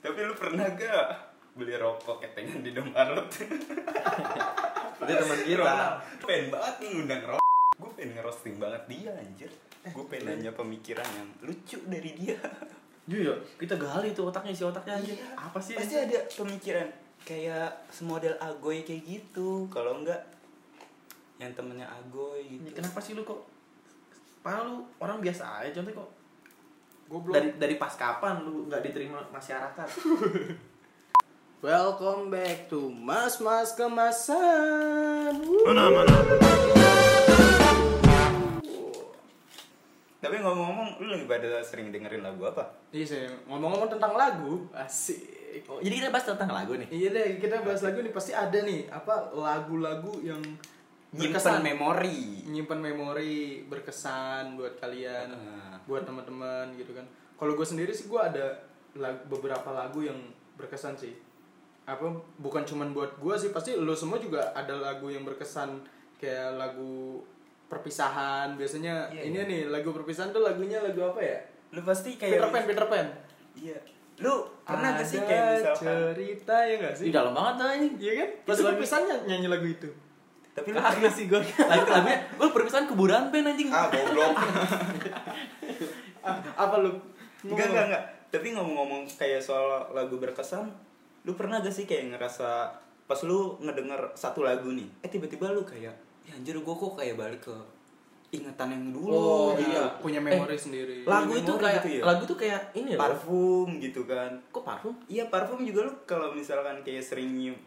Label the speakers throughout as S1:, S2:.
S1: Tapi lu pernah gak beli rokok ketengan di Domaret?
S2: Itu teman kita.
S1: Ronald, gua pengen banget nih ngundang Ron. Gue pengen ngerosting banget dia anjir. Gue pengen nanya pemikiran yang lucu dari dia.
S2: Iya, kita gali tuh otaknya si otaknya anjir. Apa sih?
S1: Pasti ada pemikiran kayak semodel Agoy kayak gitu. Kalau enggak yang temennya Agoy
S2: Ini
S1: gitu.
S2: Kenapa sih lu kok? Padahal lu orang biasa aja, contoh kok
S3: Goblok.
S2: dari dari pas kapan lu nggak diterima masyarakat?
S3: Welcome back to Mas Mas Kemasan. Wuh.
S1: Tapi ngomong-ngomong, lu lagi pada sering dengerin lagu apa?
S3: Iya, saya ngomong-ngomong tentang lagu, asik.
S1: Oh,
S2: jadi kita bahas tentang lagu nih.
S3: Iya deh, kita bahas lagu nih pasti ada nih apa lagu-lagu yang
S1: Nyimpen
S3: berkesan,
S1: memori.
S3: nyimpen memori, berkesan buat kalian,
S1: Ah.
S3: buat teman-teman gitu kan. Kalau gue sendiri sih gue ada lagu, beberapa lagu yang berkesan sih. Apa bukan cuman buat gue sih, pasti lo semua juga ada lagu yang berkesan kayak lagu perpisahan. Biasanya
S1: Iya,
S3: ini
S1: iya.
S3: nih lagu perpisahan tuh lagunya lagu apa ya?
S1: Lu pasti kayak
S3: Peter Pan, Peter Pan.
S1: Iya. Lu pernah gak sih
S3: Ada
S1: kayak misalkan
S3: cerita ya gak sih?
S2: Ini dalam banget tuh ini.
S3: Iya kan?
S2: Pas
S3: Pasti
S2: lagu-
S3: perpisahan ny- nyanyi lagu itu.
S1: Tapi lu
S2: Kagak sih gue. Lagu lagunya, gue perpisahan kuburan pen anjing.
S1: Ah, goblok.
S3: Ah, apa lu?
S1: Enggak, enggak, enggak. Tapi ngomong-ngomong kayak soal lagu berkesan, lu pernah gak sih kayak ngerasa pas lu ngedenger satu lagu nih, eh tiba-tiba lu kayak, ya anjir gua kok kayak balik ke ingetan yang dulu
S3: Oh,
S1: gitu.
S3: iya, punya memori sendiri.
S2: Lagu
S1: Memori
S2: itu kayak
S1: gitu ya?
S2: lagu itu kayak
S3: Iya,
S2: ini loh.
S1: Parfum gitu kan.
S2: Kok parfum?
S1: Iya, parfum juga lu kalau misalkan kayak sering nyium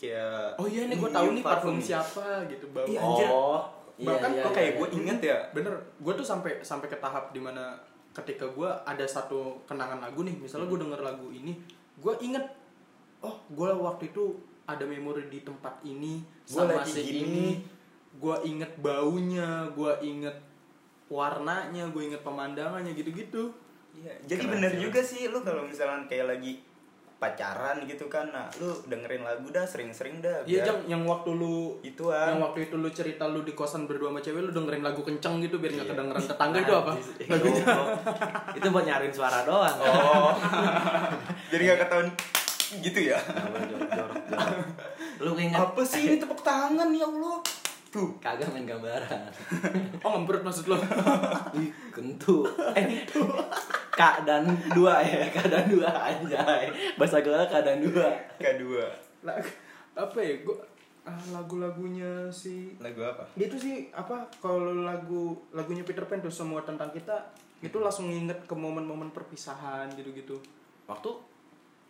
S1: kayak
S3: Oh iya nih
S1: nyium
S3: gue tahu nih parfum
S1: nih.
S3: siapa gitu bau.
S1: Iya,
S3: Oh.
S1: anjir.
S2: Oh, iya,
S3: Bahkan
S1: Kok kayak gue inget ya?
S3: Bener, gue tuh sampai sampai ke tahap dimana ketika gue ada satu kenangan lagu nih, misalnya gue
S1: Hmm.
S3: denger lagu ini, gue inget, oh gue waktu itu ada memori di tempat ini
S1: Gua
S3: sama
S1: lagi
S3: si
S1: gini.
S3: ini, gue inget baunya, gue inget warnanya, gue inget pemandangannya gitu-gitu.
S1: Iya, jadi
S2: Keren
S1: bener
S2: sih,
S1: juga sih lu kalau misalkan kayak lagi pacaran gitu kan, nah lu dengerin lagu dah sering-sering dah. biar
S3: Iya jang yang waktu lu
S1: Ituan.
S3: yang waktu itu lu cerita lu di kosan berdua sama cewek lu dengerin lagu kenceng gitu biar nggak
S2: Iya.
S3: kedengeran tetangga itu apa?
S1: Iya,
S2: Lagunya. itu buat nyariin suara doang.
S1: Oh. Jadi gak ketahuan gitu ya.
S2: Lu ingat
S1: Apa sih ini tepuk tangan ya Allah? Tuh.
S2: kagak main gambaran.
S3: Oh ngemprut maksud lu?
S2: Wih, kentu. Eh, Kak dan dua ya, Kak dan dua anjay. Bahasa gaul Kak dan dua.
S1: Kedua.
S3: Lagu- apa ya? Gua ah, lagu-lagunya si
S1: Lagu apa?
S3: dia tuh sih apa kalau lagu lagunya Peter Pan tuh semua tentang kita itu langsung nginget ke momen-momen perpisahan gitu-gitu.
S2: Waktu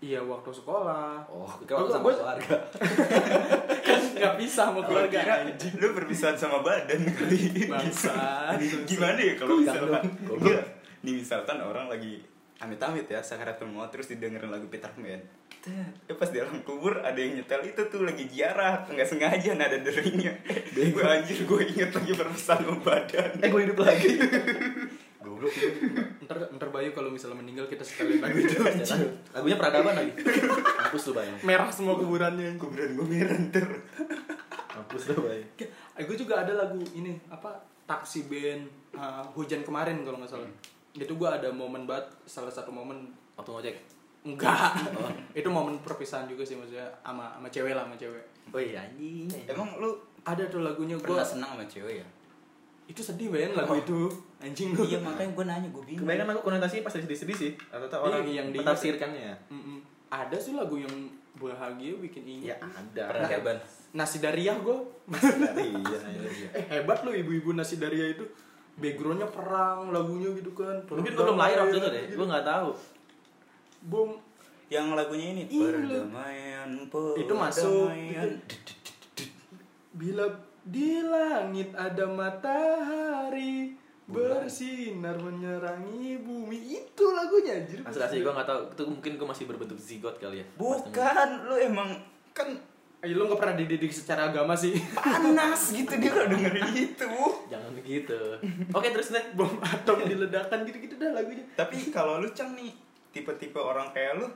S3: Iya waktu sekolah.
S2: Oh, kira
S3: Gua-
S2: waktu sama
S3: gua-
S2: keluarga.
S3: kan nggak bisa sama
S1: Keluarga
S3: keluarga.
S1: lu berpisahan sama badan kali.
S3: Bangsat.
S1: Gimana ya kalau
S2: Goblok.
S1: misalkan
S2: Goblok.
S1: Iya. Nih misalkan orang lagi amit-amit ya sakaratul maut terus didengerin lagu Peter Pan. Tet. Eh pas di alam kubur ada yang nyetel itu tuh lagi ziarah nggak sengaja nada deringnya. gue anjir gue inget lagi berpesan sama badan.
S2: Eh, gue hidup lagi.
S1: Goblok.
S3: Ntar ntar Bayu kalau misalnya meninggal kita gitu. setelin lagu itu.
S2: Lagunya peradaban lagi. Kampus lu bayang.
S3: Merah semua kuburannya.
S1: Kuburan gue merah ntar.
S2: Kampus lu bayang.
S3: Eh, gue juga ada lagu ini apa taksi band uh, hujan kemarin kalau nggak salah. Itu gue ada momen banget salah satu momen
S2: Waktu ngojek.
S3: enggak.
S2: Oh.
S3: itu momen perpisahan juga sih maksudnya sama sama cewek lah sama cewek.
S2: Woi, anjing.
S1: Emang lu
S3: Ada tuh lagunya gue
S1: pernah senang sama cewek ya?
S3: itu sedih banget lagu
S2: Oh.
S3: itu anjing gue.
S1: iya makanya gue nanya gue bingung.
S2: Kebanyakan aku konotasinya pas sedih-sedih sih Atau orang
S3: orang
S2: yang ditafsirkannya
S3: Ada sih lagu yang bahagia bikin
S2: Ya
S3: ingat.
S2: ada
S1: Pernah hebat.
S3: Nasi Dariah gue
S2: Iya
S3: eh hebat lo ibu-ibu nasi Daria itu backgroundnya perang lagunya gitu kan gitu.
S2: Mungkin gue belum lahir waktu itu deh Gue gak tahu
S3: bom
S1: Yang lagunya ini
S3: Iya, lu.
S1: perdamaian
S3: Itu masuk.
S1: perdamaian.
S3: Bila di langit ada matahari
S2: Bulan.
S3: bersinar menerangi bumi itu lagunya anjir.
S2: Asli asli gue gak tahu Itu mungkin gue masih berbentuk zigot kali ya
S1: Bukan, lu emang kan
S3: Eh, lu gak pernah dididik secara agama sih.
S1: panas gitu dia udah dengerin itu.
S2: Jangan begitu Oke terus nih
S3: Bom atom diledakkan gitu-gitu dah lagunya.
S1: Tapi kalau lu cang nih tipe-tipe orang kayak lu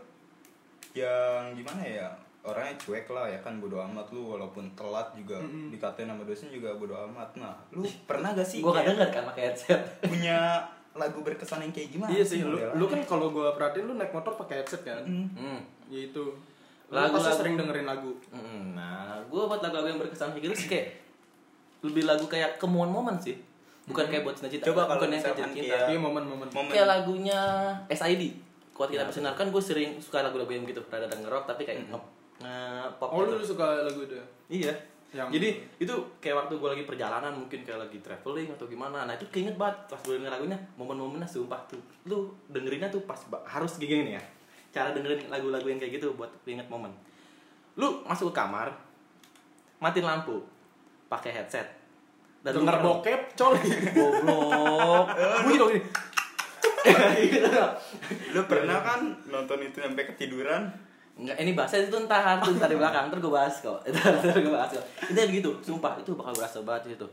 S1: yang gimana ya? Orangnya cuek lah ya kan bodo amat lu walaupun telat juga
S3: Mm-mm.
S1: dikatain sama dosen juga bodo amat. Nah, lu pernah gak sih
S2: Gue
S1: kayak
S2: gak denger kan pakai headset
S1: punya lagu berkesan yang kayak gimana
S3: Iya sih, lu,
S1: modelnya?
S3: lu kan kalau gua perhatiin lu naik motor pakai headset kan.
S1: Mm.
S2: Hmm.
S3: Ya itu. Lu
S2: Lagu-
S3: pasti
S2: lagu.
S3: sering dengerin lagu.
S2: Mm, Nah, gue buat lagu-lagu yang berkesan kayak gitu sih kayak lebih lagu kayak kemuan momen sih. Bukan kayak buat cinta-cinta.
S1: Hmm. Coba kalau
S2: bukan yang kayak
S1: misalkan
S2: cinta-cinta.
S1: kayak-
S3: Iya momen-momen.
S1: Ya. Momen- Ya.
S2: Kayak lagunya SID. Kuat kita persinarkan, gue sering suka lagu-lagu yang gitu. Rada denger rock tapi
S1: Hmm.
S2: kayak nge- nge-pop
S3: Oh lu
S2: gitu.
S3: lu suka lagu itu? ya?
S2: Iya.
S3: Yang-
S2: Jadi itu kayak waktu gue lagi perjalanan mungkin kayak lagi traveling atau gimana. Nah itu keinget banget pas gue denger lagunya momen-momennya sumpah tuh. Lu dengerinnya tuh pas ba- harus kayak gini nih ya. Cara dengerin lagu-lagu yang kayak gitu buat keinget momen. Lu masuk ke kamar, matiin lampu, pakai headset. Dan
S3: Denger bokep, coli.
S1: Nah.
S2: goblok. Bunyi dong ini.
S3: Iya.
S2: Gitu dong.
S1: lu pernah kan nonton itu sampai ketiduran
S2: Enggak, ini bahasnya itu entar tuh entar di belakang, ntar gue bahas kok. Ntar, ntar gue bahas kok. Itu begitu, gitu, sumpah itu bakal berasa banget di situ.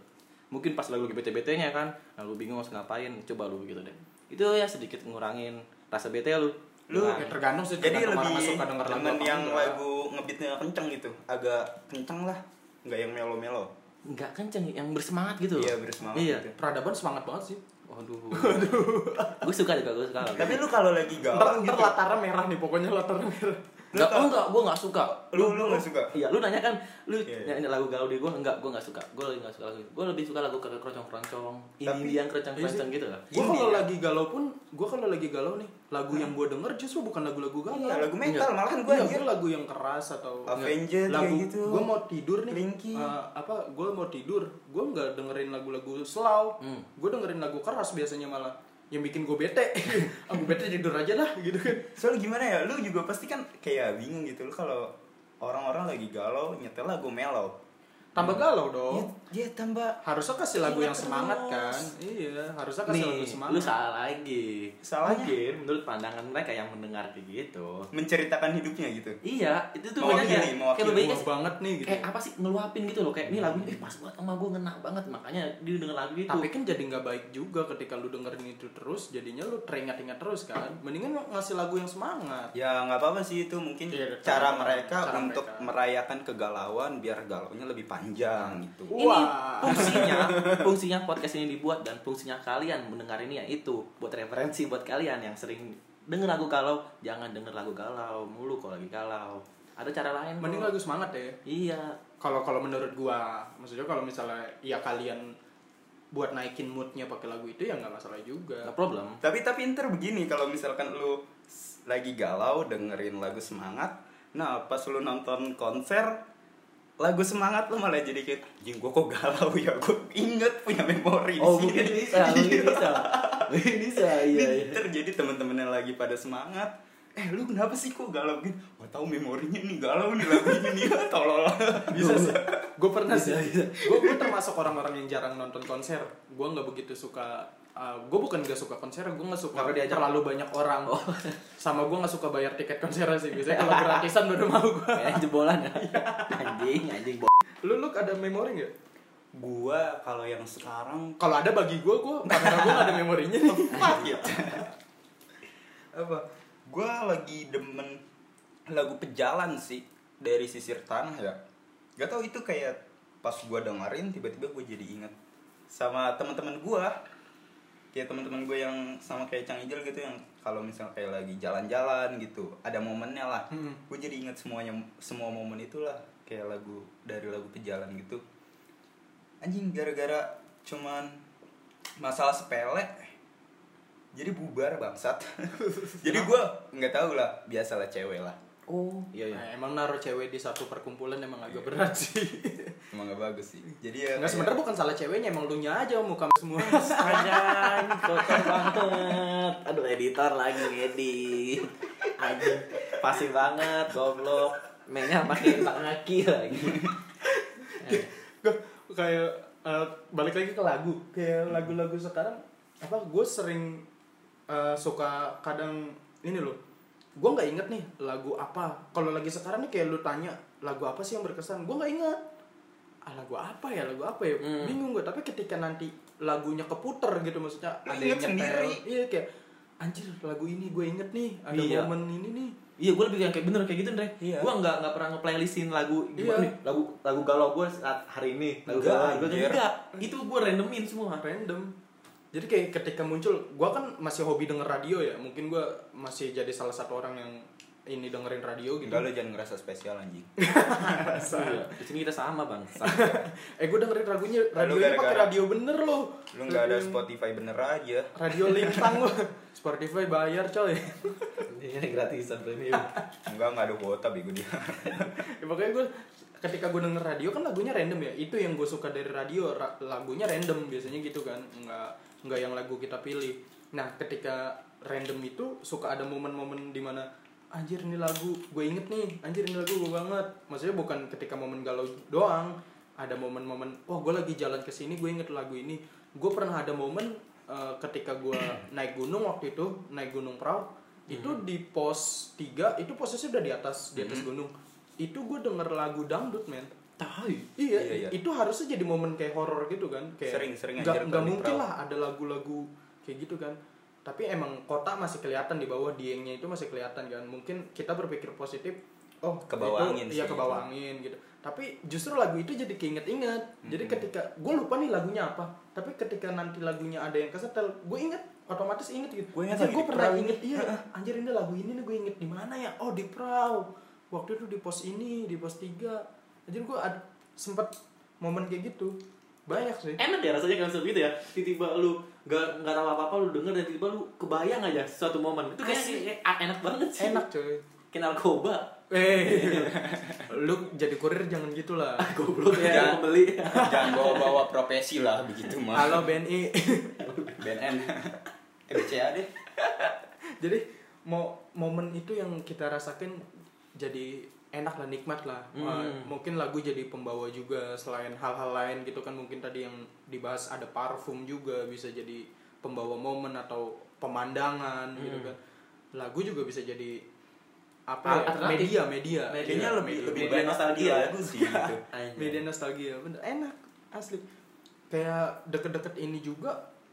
S2: Mungkin pas lagu lagi bete-betenya kan, lalu bingung harus ngapain, coba lu gitu deh. Itu ya sedikit ngurangin rasa bete lu.
S1: Lu
S2: Nah,
S3: Ya, tergantung sih
S1: jadi
S3: tergantung orang
S1: lebih
S3: suka denger lagu
S1: dengan
S3: apa
S1: yang
S3: enggak.
S1: lagu ngebeatnya kenceng gitu agak kenceng lah nggak yang melo melo
S2: enggak kenceng, kan yang bersemangat gitu.
S1: Iya, bersemangat
S2: Iya.
S1: gitu.
S3: Peradaban semangat banget sih.
S2: Waduh. gue suka juga, gue suka.
S1: tapi lu kalau lagi
S3: Iya. Ntar, ya.
S1: galau
S3: ntar
S1: gitu
S3: latarnya merah nih, pokoknya latarnya merah.
S2: Enggak, oh, enggak, gue enggak suka.
S1: lu lu nggak suka
S2: Iya, lu nanya kan, lu
S1: Iya, iya.
S2: nyanyi lagu galau di gue enggak, gue enggak suka. Gue lagi enggak suka lagu. Gue lebih suka lagu ke- keroncong-keroncong,
S1: Tapi- Iya
S2: Indian keroncong-keroncong gitu lah.
S1: Ini
S3: Gue Iya kalau
S1: ya.
S3: lagi galau pun, gue kalau lagi galau nih, lagu yang gue denger justru bukan lagu-lagu galau.
S1: Iya, lagu metal
S2: Iya.
S1: malahan
S3: gue
S1: gua anjir
S3: lagu yang keras atau Iya.
S1: Avenged
S3: lagu
S1: kayak gitu.
S3: gue mau tidur nih
S1: Linkin.
S3: Eh, apa gue mau tidur gue nggak dengerin lagu-lagu slow
S2: Hmm.
S3: gue dengerin lagu keras biasanya malah yang bikin gue bete aku bete tidur aja lah gitu kan
S1: soalnya gimana ya lu juga pasti kan kayak bingung gitu lu kalau orang-orang lagi galau nyetel lagu mellow
S3: tambah
S2: Hmm.
S3: galau dong
S1: Ya- ya tambah
S3: harusnya kasih lagu
S1: Iya,
S3: yang semangat
S1: terus.
S3: kan iya harusnya kasih lagu
S2: Nih,
S3: semangat
S2: lu salah lagi.
S1: Salahnya?
S2: Mungkin menurut pandangan mereka yang mendengar kayak gitu.
S1: menceritakan hidupnya gitu
S2: Iya, itu tuh
S1: Mewakili,
S2: banyak ya. Eh,
S1: mewakili.
S2: Kayak lebih
S3: Wah,
S2: kayak,
S3: banget nih gitu
S2: kayak apa sih ngeluapin gitu loh. Kayak ini lagunya, ih pas banget sama gue ngena banget. Makanya dia denger lagu itu.
S3: tapi kan jadi nggak baik juga ketika lu dengerin itu terus jadinya lu teringat-ingat terus kan mendingan lu ngasih lagu yang semangat
S1: ya nggak apa-apa sih itu mungkin cara
S3: Iya, cara-
S1: mereka
S3: cara
S1: untuk
S3: mereka.
S1: merayakan kegalauan biar galaunya lebih panjang gitu
S2: ini
S3: Wah.
S2: fungsinya, fungsinya podcast ini dibuat dan fungsinya kalian mendengar ini ya itu buat referensi buat kalian yang sering denger lagu galau, jangan denger lagu galau mulu kalau lagi galau. Ada cara lain. kok.
S3: mending lagu semangat ya
S2: Iya,
S3: kalau kalau menurut gua maksudnya kalau misalnya ya kalian buat naikin moodnya pakai lagu itu ya nggak masalah juga
S2: nggak problem.
S1: tapi tapi ntar begini kalau misalkan lu s- lagi galau dengerin lagu semangat nah pas lu nonton konser lagu semangat lu malah jadi kayak anjing gua kok galau ya gua inget punya memori di
S2: Oh
S1: sini."
S2: mungkin bisa, mungkin bisa, mungkin bisa, iya iya.
S1: Ntar jadi temen-temen yang lagi pada semangat eh lu kenapa sih kok galau gitu wah tahu memorinya nih galau nih lagunya nih tolol
S2: Iya,
S3: bisa sih gue pernah sih
S2: Bisa, bisa.
S3: gue termasuk orang-orang yang jarang nonton konser gue nggak begitu suka gue bukan gak suka konser gue nggak suka
S2: Nggak diajak.
S3: terlalu banyak orang sama gue nggak suka bayar tiket konser sih biasanya kalau gratisan baru mau gue
S2: Kayak jebolan ya. Anjing, anjing. bo-
S3: lu lu ada memori nggak
S1: gua kalau yang sekarang
S3: kalau ada bagi gue gue kamera gue ada memorinya nih
S1: apa gue lagi demen lagu pejalan sih dari sisir tanah ya gak tau itu kayak pas gue dengerin tiba-tiba gue jadi inget sama teman-teman gue kayak teman-teman gue yang sama kayak Cang Ijel gitu yang kalau misalnya kayak lagi jalan-jalan gitu ada momennya lah
S3: Hmm.
S1: gue jadi inget semuanya semua momen itulah kayak lagu dari lagu pejalan gitu anjing gara-gara cuman masalah sepele jadi bubar bangsat jadi gue nggak tahu lah biasalah cewek lah
S2: Oh, iya iya.
S3: Nah, emang naruh cewek di satu perkumpulan emang agak berat sih
S1: emang gak bagus sih jadi ya
S2: Iya,
S3: Enggak
S1: kayak-
S3: sebenarnya bukan salah ceweknya, emang lu nya aja muka semua.
S2: Anjing, kotor banget. Aduh, editor lagi ngedit. Anjing, pasti banget, goblok. Mainnya pakai tang kaki lagi. Eh,
S3: Gua kayak eh, balik lagi ke lagu.
S1: Hmm.
S3: Kayak lagu-lagu sekarang apa gue sering eh, suka kadang ini loh. Gue nggak inget nih lagu apa. Kalau lagi sekarang nih kayak lu tanya lagu apa sih yang berkesan? Gue nggak inget. Ah, lagu apa ya? Lagu apa ya?
S2: Hmm.
S3: Bingung gue. Tapi ketika nanti lagunya keputer gitu maksudnya
S1: Lu
S3: ada
S1: inget
S3: yang nyetel.
S1: sendiri.
S3: Iya kayak anjir lagu ini gue inget nih ada
S2: Iya.
S3: momen ini nih
S2: Iya, gue lebih yang kayak bener kayak gitu, Andre.
S1: Iya.
S2: Gue nggak nggak pernah ngeplaylistin lagu
S3: Iya.
S2: gimana nih, lagu lagu galau gue saat hari ini. Lagu
S1: Enggak,
S2: galau gue
S1: anjir.
S2: enggak. Itu gue randomin semua.
S3: random Jadi kayak ketika muncul, gue kan masih hobi denger radio ya. Mungkin gue masih jadi salah satu orang yang ini dengerin radio gitu.
S1: Enggak lo jangan ngerasa spesial anjing.
S2: Iya, Di sini kita sama bang.
S3: Eh gue dengerin lagunya, radionya pakai
S1: gara-gara-
S3: radio bener loh.
S1: Lu nggak ada Spotify bener aja.
S3: Radio lintang loh. Spotify bayar coy.
S2: Ini gratisan premium.
S1: Enggak nggak ada kuota bego dia.
S3: ya, makanya gue ketika gue denger radio kan lagunya random ya itu yang gue suka dari radio ra- lagunya random biasanya gitu kan nggak nggak yang lagu kita pilih nah ketika random itu suka ada momen-momen dimana anjir ini lagu gue inget nih anjir ini lagu gue banget maksudnya bukan ketika momen galau doang ada momen-momen oh gue lagi jalan ke sini gue inget lagu ini gue pernah ada momen eh, ketika gue naik gunung waktu itu naik gunung perahu itu di pos 3 itu posisinya udah di atas di atas gunung itu gue denger lagu dangdut men
S2: Tahu.
S3: iya,
S1: Iya, iya.
S3: itu harusnya jadi momen kayak horor gitu kan kayak
S1: Sering, sering
S3: nggak
S1: aja
S3: nggak
S1: kalau di
S3: mungkin
S1: perahu.
S3: lah ada lagu-lagu kayak gitu kan tapi emang kota masih kelihatan di bawah diengnya itu masih kelihatan kan mungkin kita berpikir positif oh
S1: Ke bawah
S3: itu-
S1: angin
S3: iya
S1: sih
S3: ke
S1: itu.
S3: bawah angin gitu tapi justru lagu itu jadi keinget-inget jadi ketika gue lupa nih lagunya apa tapi ketika nanti lagunya ada yang kesetel gue inget otomatis inget gitu
S1: Gua inget
S3: Anjir,
S1: lagi
S3: gua
S1: di
S3: pernah
S1: perahu
S3: inget iya anjir ini lagu ini nih gue inget di mana ya oh di perahu waktu itu di pos ini di pos tiga anjir gue ad- sempet momen kayak gitu banyak sih
S2: Enak ya rasanya konsep gitu ya. Tiba-tiba lu nggak nggak tahu apa-apa lu denger dan tiba-tiba lu kebayang aja suatu momen. Itu kayaknya kayak enak banget sih.
S3: enak coy
S2: Kenal narkoba.
S3: eh lu jadi kurir jangan gitu Iya. gitulah
S2: Goblok
S1: Jangan.
S2: ya, beli.
S1: jangan bawa bawa profesi lah begitu mah.
S3: halo BNI
S1: BNN. Eh, BCA deh.
S3: jadi mau momen itu yang kita rasakan jadi enak lah nikmat lah
S2: Hmm.
S3: Wah, mungkin lagu jadi pembawa juga selain hal-hal lain gitu kan mungkin tadi yang dibahas ada parfum juga bisa jadi pembawa momen atau pemandangan
S2: Hmm.
S3: gitu kan lagu juga bisa jadi apa ya,
S2: Alternatif.
S3: media media
S2: Media.
S1: Kayaknya
S3: Iya,
S1: lebih
S3: media.
S1: lebih
S2: Media
S1: banyak
S2: nostalgia.
S1: lagu sih gitu.
S2: Anjay.
S3: media nostalgia bener enak asli kayak deket-deket ini juga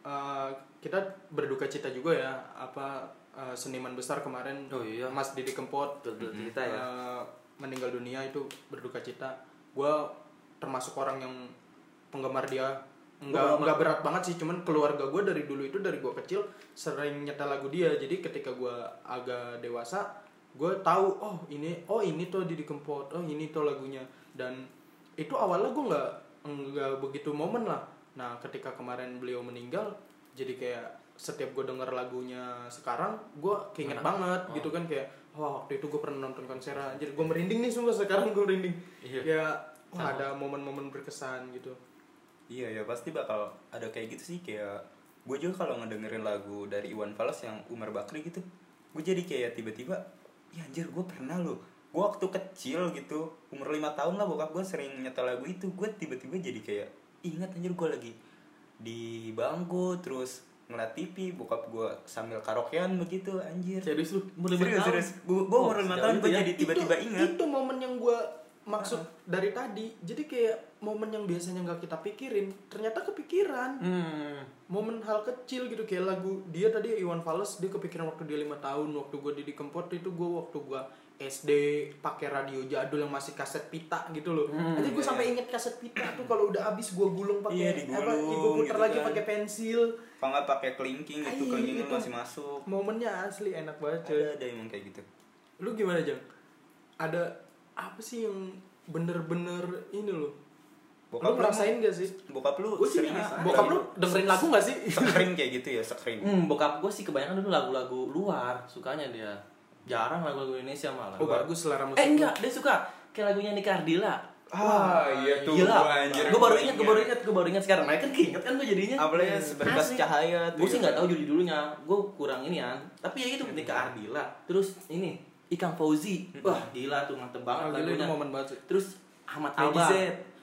S3: eh, kita berduka cita juga ya apa eh, seniman besar kemarin
S2: Oh iya.
S3: Mas Didi Kempot
S2: Betul cerita ya.
S3: eh, meninggal dunia itu berduka cita gue termasuk orang yang penggemar dia
S2: Gua
S3: nggak
S2: penggemar.
S3: nggak berat banget sih cuman keluarga gue dari dulu itu dari gue kecil sering nyetel lagu dia jadi ketika gue agak dewasa gue tahu oh ini oh ini tuh Didi Kempot oh ini tuh lagunya dan itu awalnya gue nggak nggak begitu momen lah nah ketika kemarin beliau meninggal jadi kayak setiap gue denger lagunya sekarang gue keinget banget gitu kan kayak wah waktu itu gue pernah nonton konser anjir gue merinding nih semua sekarang gue merinding
S2: Iya.
S3: ya wah, ada momen-momen berkesan gitu
S1: Iya ya pasti bakal ada kayak gitu sih kayak gue juga kalau ngedengerin lagu dari Iwan Fals yang Umar Bakri gitu gue jadi kayak tiba-tiba ya anjir gue pernah loh gue waktu kecil gitu umur lima tahun lah bokap gue sering nyetel lagu itu gue tiba-tiba jadi kayak ingat anjir gue lagi di bangku terus ngeliat TV bokap gue sambil karaokean begitu anjir
S2: Serius lu? Umur lima
S1: serius
S2: tahun?
S1: serius gue gue umur
S2: Oh,
S1: lima
S2: sejauh
S1: tahun
S2: itu
S1: gue
S2: ya.
S1: jadi tiba-tiba
S3: itu,
S1: ingat
S3: itu momen yang gue maksud dari tadi jadi kayak momen yang biasanya nggak kita pikirin ternyata kepikiran
S2: Hmm.
S3: momen hal kecil gitu kayak lagu dia tadi Iwan Fals dia kepikiran waktu dia lima tahun waktu gue di Kempot itu gue waktu gue SD pakai radio jadul yang masih kaset pita gitu loh. Jadi gue sampai inget kaset pita tuh kalau udah habis gue gulung
S1: Hmm, Iya,
S3: pakai
S1: digulung
S3: apa gue putar
S1: gitu
S3: lagi
S1: kan.
S3: pakai pensil.
S1: kalau nggak pakai kelingking itu
S3: Iya,
S1: kelingking
S3: itu.
S1: masih masuk
S3: Momennya asli enak banget coy.
S1: ada ada emang kayak gitu
S3: Lu gimana, Jang? Ada apa sih yang bener-bener ini loh?
S1: Bokap lu
S3: Lu ngerasain gak sih?
S1: bokap lu
S2: Gua sih
S1: sering
S2: nggak
S3: Bokap lu dengerin lagu gak sih?
S1: sekering kayak gitu ya sekering
S2: Hmm, bokap gue sih kebanyakan dulu lagu-lagu luar sukanya dia. Jarang lagu-lagu Indonesia malah.
S3: Oh bagus selera musik.
S2: eh enggak, dia suka kayak lagunya Nika Ardila.
S1: Ah, iya tuh,
S2: Gila.
S1: gua anjir,
S2: Gue baru
S1: gua
S2: ingat, gue
S1: ingat.
S2: baru ingat, gue baru ingat sekarang. Mereka kan keinget kan gue jadinya.
S1: Apalagi seberkas
S2: Asli.
S1: cahaya tuh
S2: Gue sih
S1: ya.
S2: nggak tahu judul-judulnya. Gue kurang ini kan. Tapi ya itu Nika Ardila. Terus ini Ikang Fauzi. Wah, gila tuh mantep banget
S3: Ah, gila, itu
S2: lagunya.
S3: momen banget sih.
S2: Terus Ahmad
S3: Lady
S2: Albar.
S3: Z.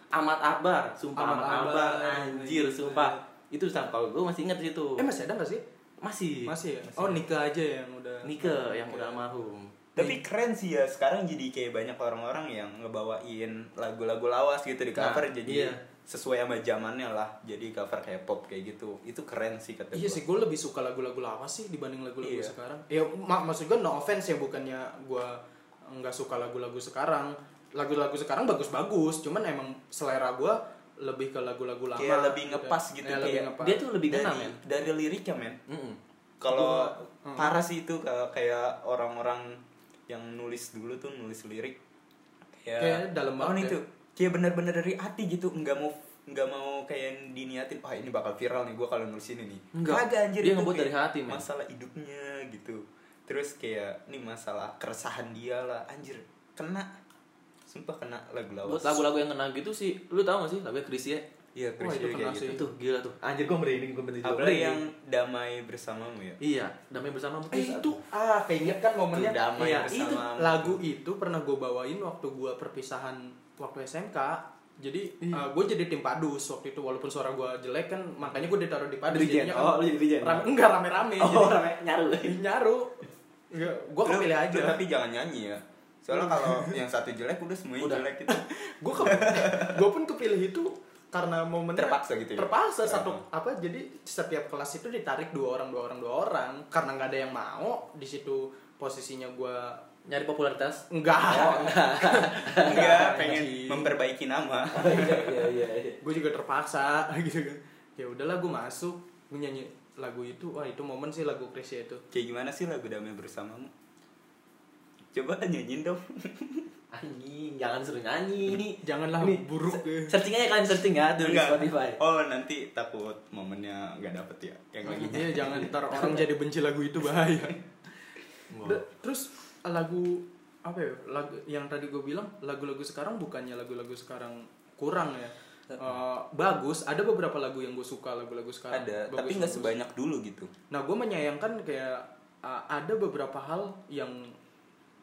S2: Ahmad Albar, sumpah
S3: Ahmad
S2: Ahmad,
S3: Albar.
S2: Albar. Anjir, sumpah. Itu sama kalau gue masih ingat itu.
S3: Eh masih ada gak sih?
S2: Masih.
S3: Masih ya? Oh nikah aja yang udah
S2: Nike yang udah almarhum.
S1: tapi keren sih ya sekarang jadi kayak banyak orang-orang yang ngebawain lagu-lagu lawas gitu di cover
S2: Nah,
S1: jadi
S2: iya.
S1: sesuai sama zamannya lah jadi cover K-pop kayak gitu itu keren sih kata
S3: Iya
S1: gua.
S3: sih, gue lebih suka lagu-lagu lama sih dibanding lagu-lagu
S1: Iya.
S3: sekarang. Ya ma- maksud gue no offense ya, bukannya gue nggak suka lagu-lagu sekarang. Lagu-lagu sekarang bagus-bagus, cuman emang selera gue lebih ke lagu-lagu lama
S1: Kayak lebih ngepas gitu,
S3: ya, lebih
S1: kayak
S3: ngepas.
S2: Dia tuh lebih ya?
S1: dari,
S2: ngena men.
S1: dari liriknya men
S2: Mm-mm.
S1: kalau
S2: hmm.
S3: Gua-
S1: parah sih itu kayak- kayak orang-orang yang nulis dulu tuh nulis lirik
S3: Kayaknya dalam
S1: banget
S2: ya?"
S3: banget
S1: itu kayak bener-bener dari hati gitu nggak mau nggak mau kayak diniatin wah ini bakal viral nih gue kalau nulis ini nih
S2: Nggak.
S1: Kagak, anjir
S2: Dia
S1: itu
S2: ngebuat
S1: kayak
S2: dari hati, men.
S1: masalah hidupnya gitu terus kayak ini masalah keresahan dia lah anjir kena sumpah kena lagu lawas
S2: Buat lagu-lagu yang kena gitu sih, lu tau gak sih lagunya Chris ya?
S1: iya
S3: Wah,
S1: Chris
S3: itu
S1: juga
S3: kena
S1: kayak
S3: sih.
S1: gitu
S2: Itu gila tuh. Anjir gua merinding gua benci
S1: apalagi yang damai bersamamu ya
S2: Iya, damai bersama tuh
S3: Eh,
S2: saat-
S3: itu ah keinget kan momennya
S1: Itu damai
S3: Iya,
S1: bersama.
S3: itu lagu itu pernah gue bawain waktu gue perpisahan waktu SMK jadi
S2: Iya.
S3: gue jadi tim padus waktu itu walaupun suara gue jelek kan makanya gue ditaruh di padus
S2: Dirijen.
S3: jadinya kan
S2: Oh, lu jadi dirijen.
S3: rame, enggak rame-rame
S2: Oh,
S3: jadi
S2: rame- nyaru.
S3: nyaru gue
S1: Lu-
S3: kepilih aja
S1: lu tapi jangan nyanyi ya soalnya kalau yang satu jelek udah semuanya
S2: Udah.
S1: jelek gitu
S3: gue ke gue pun kepilih itu karena momennya
S1: Terpaksa gitu ya?
S3: terpaksa
S2: Iya.
S3: satu
S1: Heeh.
S3: apa jadi setiap kelas itu ditarik dua orang dua orang dua orang karena nggak ada yang mau di situ posisinya gue
S2: nyari popularitas.
S3: enggak
S2: Oh,
S1: enggak
S3: Iya.
S1: pengen memperbaiki nama
S2: Iya, iya, iya, iya.
S3: gue juga terpaksa gitu kan ya udahlah gue masuk gue nyanyi lagu itu wah itu momen sih lagu Krisya itu
S1: kayak gimana sih lagu damai bersamamu coba nyanyiin dong
S2: Anjing, jangan suruh nyanyi.
S3: janganlah
S2: Ini,
S3: buruk ya.
S2: Searching aja kalian searching ya dulu di
S1: Enggak.
S2: Spotify.
S1: oh nanti takut momennya nggak dapet ya yang lagi
S3: Iya jangan ntar orang jadi benci lagu itu bahaya. Da- Terus lagu apa ya? Lagu yang tadi gue bilang lagu-lagu sekarang bukannya lagu-lagu sekarang kurang ya? Eh, bagus, ada beberapa lagu yang gue suka lagu-lagu sekarang.
S1: ada
S3: Bagus,
S1: tapi nggak
S3: bagus.
S1: sebanyak dulu gitu
S3: Nah gue menyayangkan kayak uh, ada beberapa hal yang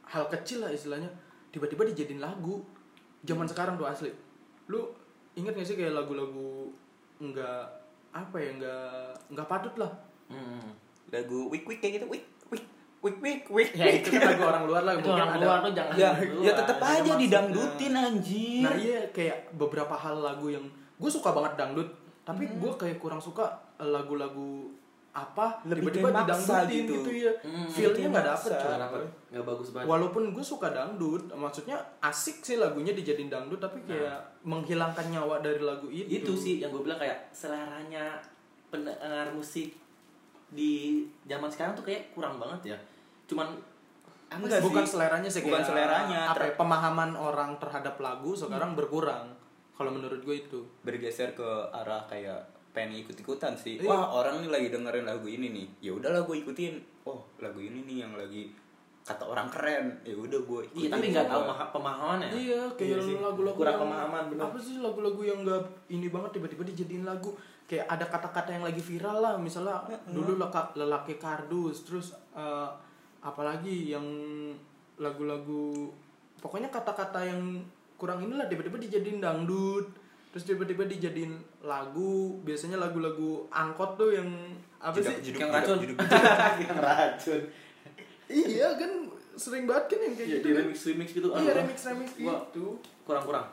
S3: hal kecil lah istilahnya tiba-tiba dijadiin lagu zaman
S1: Hmm.
S3: sekarang tuh asli. Lu inget gak sih kayak lagu-lagu nggak apa ya nggak nggak patut lah
S2: Hmm.
S1: lagu wik wik kayak gitu wik wik wik wik wik
S3: ya itu kan lagu orang luar lah
S2: Itu
S3: mungkin
S2: orang
S3: ada
S2: luar tuh jangan.
S1: ya
S2: duluan.
S1: ya tetap
S2: Jangan
S1: aja
S2: maksudnya.
S1: didangdutin anjir
S3: nah iya kayak beberapa hal lagu yang gue suka banget dangdut tapi
S2: Hmm.
S3: gue kayak kurang suka eh, lagu-lagu apa
S1: Lebih kayak
S3: tiba-tiba
S1: maksa
S3: didangdutin
S1: gitu.
S3: gitu, ya
S2: Hmm,
S3: feelnya
S1: kayak
S3: nggak
S1: maksa.
S3: dapet
S2: Nggak
S3: cuy.
S2: dapet. Nggak bagus banget.
S3: walaupun gue suka dangdut maksudnya asik sih lagunya dijadiin dangdut tapi kayak menghilangkan nyawa dari lagu itu
S2: Nah. itu sih yang gue bilang kayak seleranya pendengar musik di zaman sekarang tuh kayak kurang banget ya cuman apa
S1: Enggak
S2: sih?
S3: bukan
S1: sih.
S3: seleranya sih
S1: Bukan
S3: kayak
S1: seleranya,
S3: apa ya,
S1: ter-
S3: pemahaman orang terhadap lagu sekarang berkurang kalau menurut gue itu
S1: bergeser ke arah kayak pengen ikut-ikutan sih.
S3: Iya.
S1: Wah, orang nih lagi dengerin lagu ini nih. Ya udahlah gue ikutin. Oh, lagu ini nih yang lagi kata orang keren. Ya udah gue
S2: iya
S1: ikutin.
S2: tapi nggak tahu
S1: coba.
S2: maha- pemahamannya
S3: Iya, kayak
S2: sih.
S3: lagu-lagu Iya,
S2: kurang
S3: yang-
S2: pemahaman bener
S3: Apa sih lagu-lagu yang gak ini banget tiba-tiba dijadiin lagu? Kayak ada kata-kata yang lagi viral lah, misalnya dulu leka- lelaki kardus, terus eh, apalagi yang lagu-lagu pokoknya kata-kata yang kurang inilah tiba-tiba dijadiin dangdut, terus tiba-tiba dijadiin lagu, biasanya lagu-lagu angkot tuh yang apa
S1: Jeda-
S3: sih?
S1: jeda-
S2: yang racun
S1: Hidup-
S2: yang racun
S3: Iya kan sering banget kan yang kayak
S2: ya,
S3: gitu.
S2: di
S3: kan?
S2: remix remix gitu
S3: Iya,
S2: aduh,
S3: remix-remix
S2: Wah.
S3: gitu.
S2: kurang kurang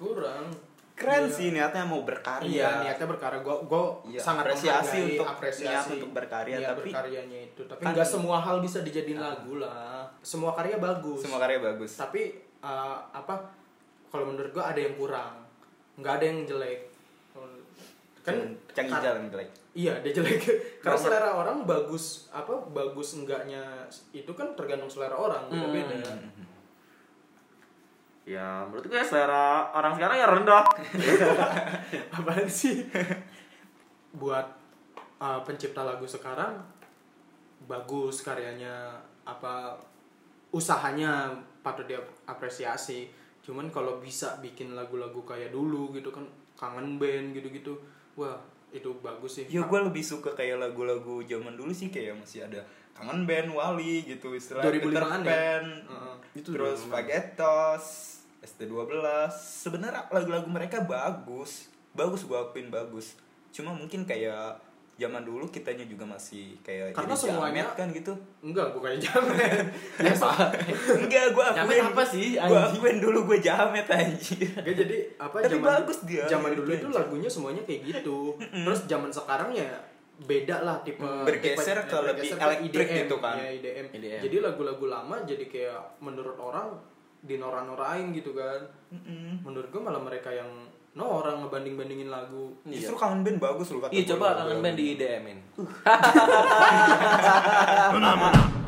S3: Kurang.
S1: Keren
S2: Iya.
S1: sih niatnya mau berkarya.
S3: Iya, niatnya berkarya. Gue gue
S1: Iya,
S3: sangat
S1: apresiasi
S3: menghargai
S1: untuk-
S3: apresiasi
S1: niat untuk berkarya,
S3: niat
S1: tapi-
S3: berkaryanya itu. Tapi
S1: Kan- Iya.
S3: nggak semua hal bisa dijadiin lagu lah. Semua karya bagus.
S1: Semua karya bagus.
S3: Tapi eh, apa? Kalau menurut gue ada yang kurang. Nggak ada yang jelek. Kan
S1: Cang
S3: kar-
S1: Ijal yang jelek.
S3: Iya, dia jelek. Karena
S1: Nomor-
S3: selera orang bagus apa bagus enggaknya itu kan tergantung selera orang beda-beda.
S1: Hmm.
S2: ya menurut gue selera orang sekarang ya rendah
S3: Apaan sih? Buat uh, pencipta lagu sekarang bagus karyanya apa usahanya patut diapresiasi. Cuman kalau bisa bikin lagu-lagu kayak dulu gitu kan kangen band gitu-gitu. Wah, itu bagus sih.
S1: Ya gue lebih suka kayak lagu-lagu zaman dulu sih kayak masih ada kangen band Wali gitu istilah
S3: 2005-an ya?
S1: Band,
S3: Heeh.
S1: itu terus Spaghettos, ST12 sebenarnya lagu-lagu mereka bagus bagus gue akuin bagus cuma mungkin kayak zaman dulu kitanya juga masih kayak
S3: Karena
S1: jadi jamet
S3: semuanya-
S1: kan gitu
S3: Enggak, bukannya jamet.
S1: enggak gue
S2: Jamet
S1: akuin
S2: apa sih,
S1: gue
S2: anjing?
S1: akuin dulu gue jamet anjir
S3: Gak Ya, jadi apa
S1: Tapi
S3: zaman
S1: bagus dia.
S3: zaman dulu
S1: Gitu
S3: itu
S1: aja.
S3: lagunya semuanya kayak gitu. Terus zaman sekarang ya beda lah tipe
S1: Bergeser ke
S3: tipe- bergeser
S1: lebih
S3: ke
S1: elektrik
S3: IDM,
S1: gitu kan.
S3: ya, IDM.
S2: IDM.
S3: Jadi lagu-lagu lama jadi kayak menurut orang dinora-norain gitu kan. Menurut gue malah mereka yang no orang ngebanding bandingin lagu
S1: Justru kangen band
S3: Iya,
S1: bagus loh kata
S2: Iya
S1: gua. Ah,
S2: coba kangen band di DM-in.